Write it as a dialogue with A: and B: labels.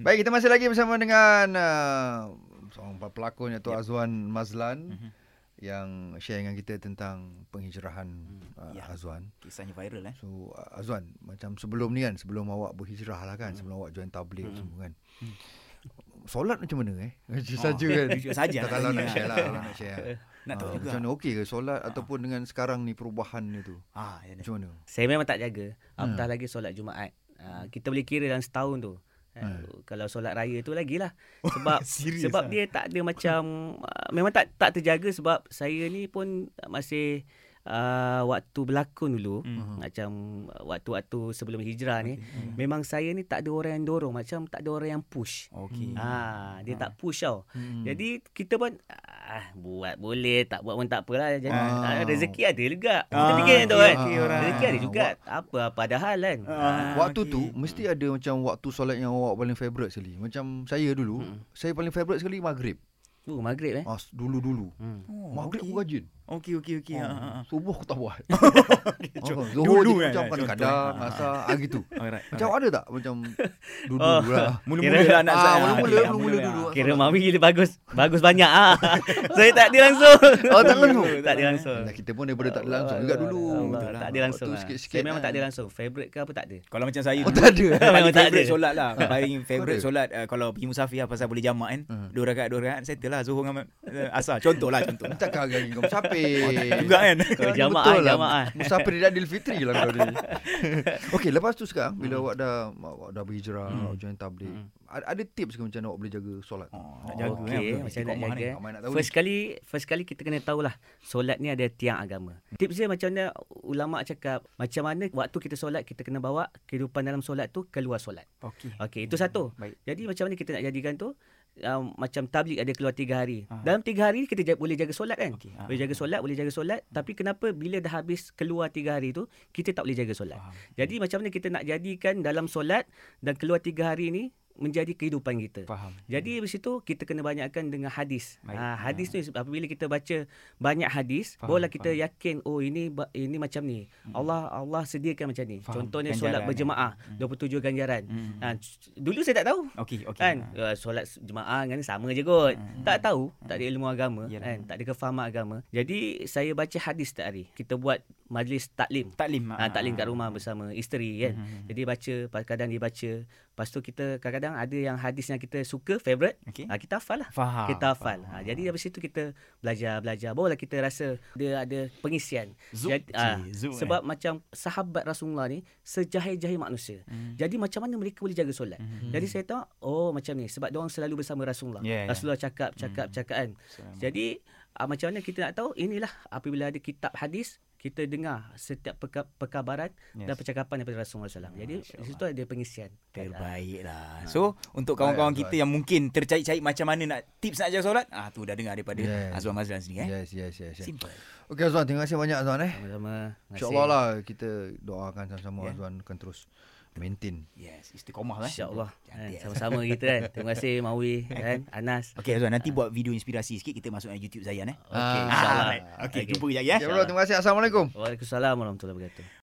A: Baik, kita masih lagi bersama dengan uh, seorang pelakon iaitu yep. Azwan Mazlan
B: Mhm.
A: mm-hmm. yang share dengan kita tentang penghijrahan mm, uh,
B: ya.
A: Azwan.
B: Kisahnya viral eh.
A: So uh, Azwan, macam sebelum ni kan, sebelum awak berhijrah lah kan, mm.
B: Hmm.
A: sebelum awak join tabligh mm. semua kan. Mm. Solat macam mana eh? Jujur
B: Ah,
A: saja kan.
B: jujur saja
A: Tak kalau
B: lah.
A: nak share lah, nak share.
B: Nak tahu
A: Ah,
B: juga.
A: Macam mana okey ke solat ataupun dengan sekarang ni perubahan ni tu?
B: Ah, ya ni.
A: Macam mana?
C: Saya memang tak jaga.
B: Hmm.
C: Apatah lagi solat Jumaat. Uh, kita boleh kira dalam setahun tu. Uh, kalau solat raya tu lagilah sebab
B: Hmm. serius
C: sebab
B: ah?
C: dia tak ada macam uh, memang tak tak terjaga sebab saya ni pun masih uh, waktu berlakon dulu
B: Hmm.
C: macam uh, waktu-waktu sebelum hijrah ni memang saya ni tak ada orang yang dorong macam tak ada orang yang push.
B: Okey.
C: Ah, dia tak push tau. Hmm. Jadi kita pun ah, buat boleh, tak buat pun tak apalah. Jadi
A: Ah.
C: ah. rezeki ada juga. Kita
B: Ah,
C: fikir tu
B: okey,
C: kan.
B: okey, alright.
C: Rezeki ada juga. Apa padahal kan.
B: Ah,
A: Waktu
B: okey.
A: tu mesti ada macam waktu solat yang awak paling favourite sekali. Macam saya dulu, saya paling favourite sekali maghrib.
C: Uh, maghrib eh.
A: Ah, s- dulu-dulu.
B: Oh,
A: Maghrib Oh.
B: okey.
A: aku rajin.
B: Okey okey okey. Ha, ha, ha.
A: Subuh aku tak buat.
B: Contoh.
A: Oh, Zuhur dulu
B: Dulu kan,
A: macam
B: kan,
A: kadang-kadang,
B: contoh.
A: asar, ah gitu.
B: Alright.
A: Macam
B: alright.
A: ada tak macam dulu lah.
B: Mula-mula
C: Kira-
B: lah anak
A: Ah,
B: saya.
A: mula-mula,
B: Okey,
A: mula-mula dulu. Ah,
C: Kira mami dia bagus. Bagus banyak ah. saya tak ada langsung.
A: Oh, tak langsung?
C: tak ada langsung.
A: Nah, kita pun daripada tak ada langsung juga dulu.
C: Allah,
A: Betul lah.
C: Tak ada
A: Waktu
C: langsung. lah.
A: sikit-sikit
C: Saya memang
A: kan.
C: tak ada langsung. Favorite ke apa tak ada.
B: Kalau macam saya
A: Oh,
B: dulu,
A: tak ada. eh?
B: Paling
C: Memang tak
B: favourite
C: ada.
B: solat lah Paling favourite
A: Ada.
B: solat uh, Kalau pergi musafir Apa pasal boleh jamak kan Dua rakaat Dua rakaat Settle lah Zuhur dengan uh, Asar Contoh lah contoh lah.
A: Takkan hari kau musafir.
B: Juga kan
C: Kau
A: Ni
C: jamaah,
A: betul lah.
C: jamaah.
A: Musafir dia Adil Fitri lah kau ni. Okey, lepas tu sekarang bila awak dah awak dah berhijrah, awak join tabligh. Ada ada tips ke macam mana awak boleh jaga solat? tu?
B: Oh, Nak jaga kan
C: Okey,
B: betul.
C: macam nak
B: Istiqomah ni.
C: jaga. eh.
A: Ramai nak tahu
C: First kali, first kali kita kena tahulah solat ni ada tiang agama. Tips dia macam mana ulama cakap macam mana waktu kita solat kita kena bawa kehidupan dalam solat tu keluar solat.
B: Okey
C: Okey, itu satu.
B: Baik.
C: Jadi macam mana kita nak jadikan tu um, macam tablik ada keluar tiga hari. Dalam tiga hari ni kita ja- boleh jaga solat kan?
B: Ah. Okey, ah.
C: Boleh jaga solat, boleh jaga solat. Tapi kenapa bila dah habis keluar tiga hari tu kita tak boleh jaga solat?
B: Faham.
C: Jadi macam mana kita nak jadikan dalam solat dan keluar tiga hari ni menjadi kehidupan kita?
B: Faham
C: Jadi dari situ kita kena banyakkan dengan hadis.
B: Baik. Ah.
C: Ha, hadis tu apabila kita baca banyak hadis,
B: Faham,
C: barulah kita
B: faham.
C: yakin oh ini ba- ini macam ni. Allah Allah sediakan macam ni.
B: Faham.
C: Contohnya
B: Ganjaran,
C: solat
B: eh.
C: berjemaah 27 ganjaran.
B: Hmm.
C: Ha, c- dulu saya tak tahu.
B: Okey okey Hmm,
C: Kan uh, solat jemaah dengan ni sama je kot. Tak tahu, tak ada ilmu agama,
B: Yalah.
C: kan, tak ada kefahaman agama. Jadi saya baca hadis setiap hari. Kita buat majlis taklim.
B: Taklim
C: Ha, taklim kat rumah bersama isteri kan.
B: Ah. Hmm.
C: Jadi baca, kadang dia baca. Lepas tu kita kadang-kadang ada yang hadis yang kita suka, favourite.
B: hmm. Okey Ah,
C: Ha, kita hafal lah.
B: Faham
C: Kita hafal. Ha, jadi dari situ kita belajar-belajar. Barulah kita rasa dia ada pengisian.
B: Zoom.
C: Jadi, ah,
B: Cik, zoom,
C: sebab macam sahabat Rasulullah ni sejahir-jahir manusia.
B: Hmm.
C: Jadi macam mana mereka boleh jaga solat?
B: Hmm.
C: Jadi saya tahu oh macam ni sebab dia orang selalu bersama Rasulullah.
B: Ya, ya.
C: Rasulullah cakap
B: Hmm.
C: cakap cakap kan.
B: Assalamualaikum.
C: Jadi uh, macam mana kita nak tahu inilah apabila ada kitab hadis kita dengar setiap peka- perkabaran
B: Yes.
C: dan percakapan daripada Rasulullah SAW. Jadi di situ ada pengisian.
B: Terbaiklah. lah. So, untuk kawan-kawan kita yang mungkin tercait-cait macam mana nak tips nak jaga solat, ah tu dah dengar daripada
A: Yeah.
B: Azwan Mazlan sendiri eh.
A: Yes, yes, yes. yes.
B: Simple.
A: Okey Azwan, terima kasih banyak Azwan eh.
C: Sama-sama. Terima
A: InsyaAllah
C: kasih.
A: lah kita doakan sama-sama
B: Ya.
A: Azwan akan terus maintain.
B: Yes, istiqomah lah. eh.
C: InsyaAllah. Kan,
B: Cantik.
C: sama-sama kita kan. Terima kasih Mawi kan, Anas.
B: Okey Azwan, nanti buat video inspirasi sikit kita masuk dalam YouTube Zayan eh.
C: Okey,
A: Ah,
C: insyaAllah.
B: Alright. Okey, jumpa lagi eh.
A: Okay, bro, terima kasih. Assalamualaikum.
C: Waalaikumsalam warahmatullahi wabarakatuh.